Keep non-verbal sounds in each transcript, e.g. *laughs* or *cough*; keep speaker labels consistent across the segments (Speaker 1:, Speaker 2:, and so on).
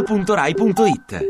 Speaker 1: radio2pod.rai.it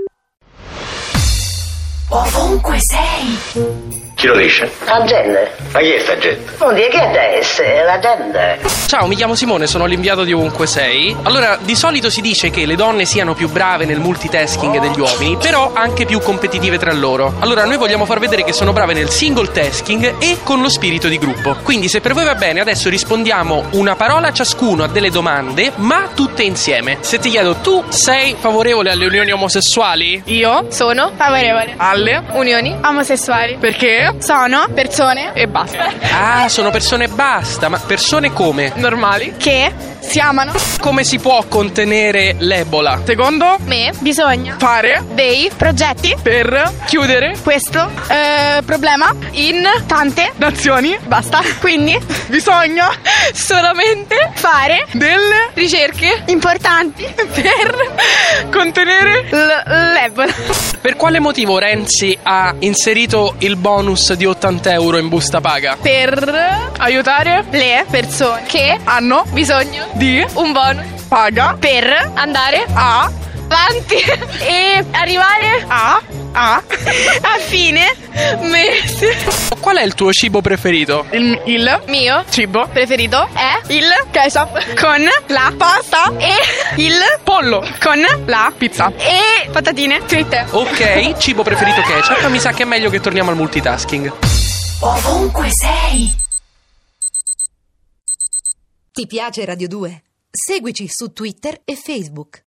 Speaker 2: Ovunque sei,
Speaker 3: Chi lo dice?
Speaker 4: La gente,
Speaker 3: Ma chi è sta gente?
Speaker 4: non dire che adesso è la gente.
Speaker 5: Ciao, mi chiamo Simone, sono l'inviato di Ovunque Sei. Allora, di solito si dice che le donne siano più brave nel multitasking degli uomini, però anche più competitive tra loro. Allora, noi vogliamo far vedere che sono brave nel single tasking e con lo spirito di gruppo. Quindi, se per voi va bene, adesso rispondiamo una parola ciascuno a delle domande, ma tutte insieme. Se ti chiedo, tu sei favorevole alle unioni omosessuali?
Speaker 6: Io sono favorevole alle unioni omosessuali perché sono persone e basta
Speaker 5: Ah, sono persone e basta, ma persone come?
Speaker 6: normali che si amano.
Speaker 5: Come si può contenere l'ebola?
Speaker 6: Secondo me bisogna fare dei progetti per chiudere questo eh, problema in tante nazioni. Basta. Quindi bisogna solamente fare delle *laughs* ricerche importanti per contenere l- l'ebola.
Speaker 5: Per quale motivo Renzi ha inserito il bonus di 80 euro in busta paga?
Speaker 6: per aiutare le persone che hanno bisogno di un bonus paga per andare a avanti e arrivare a a a fine mese.
Speaker 5: Qual è il tuo cibo preferito?
Speaker 6: Il, mio cibo preferito è il ketchup con la pasta e il pollo con la pizza e patatine fritte. *laughs*
Speaker 5: Ok, cibo preferito ketchup, mi sa che è meglio che torniamo al multitasking.
Speaker 2: ovunque sei.
Speaker 7: Ti piace Radio 2? Seguici su Twitter e Facebook.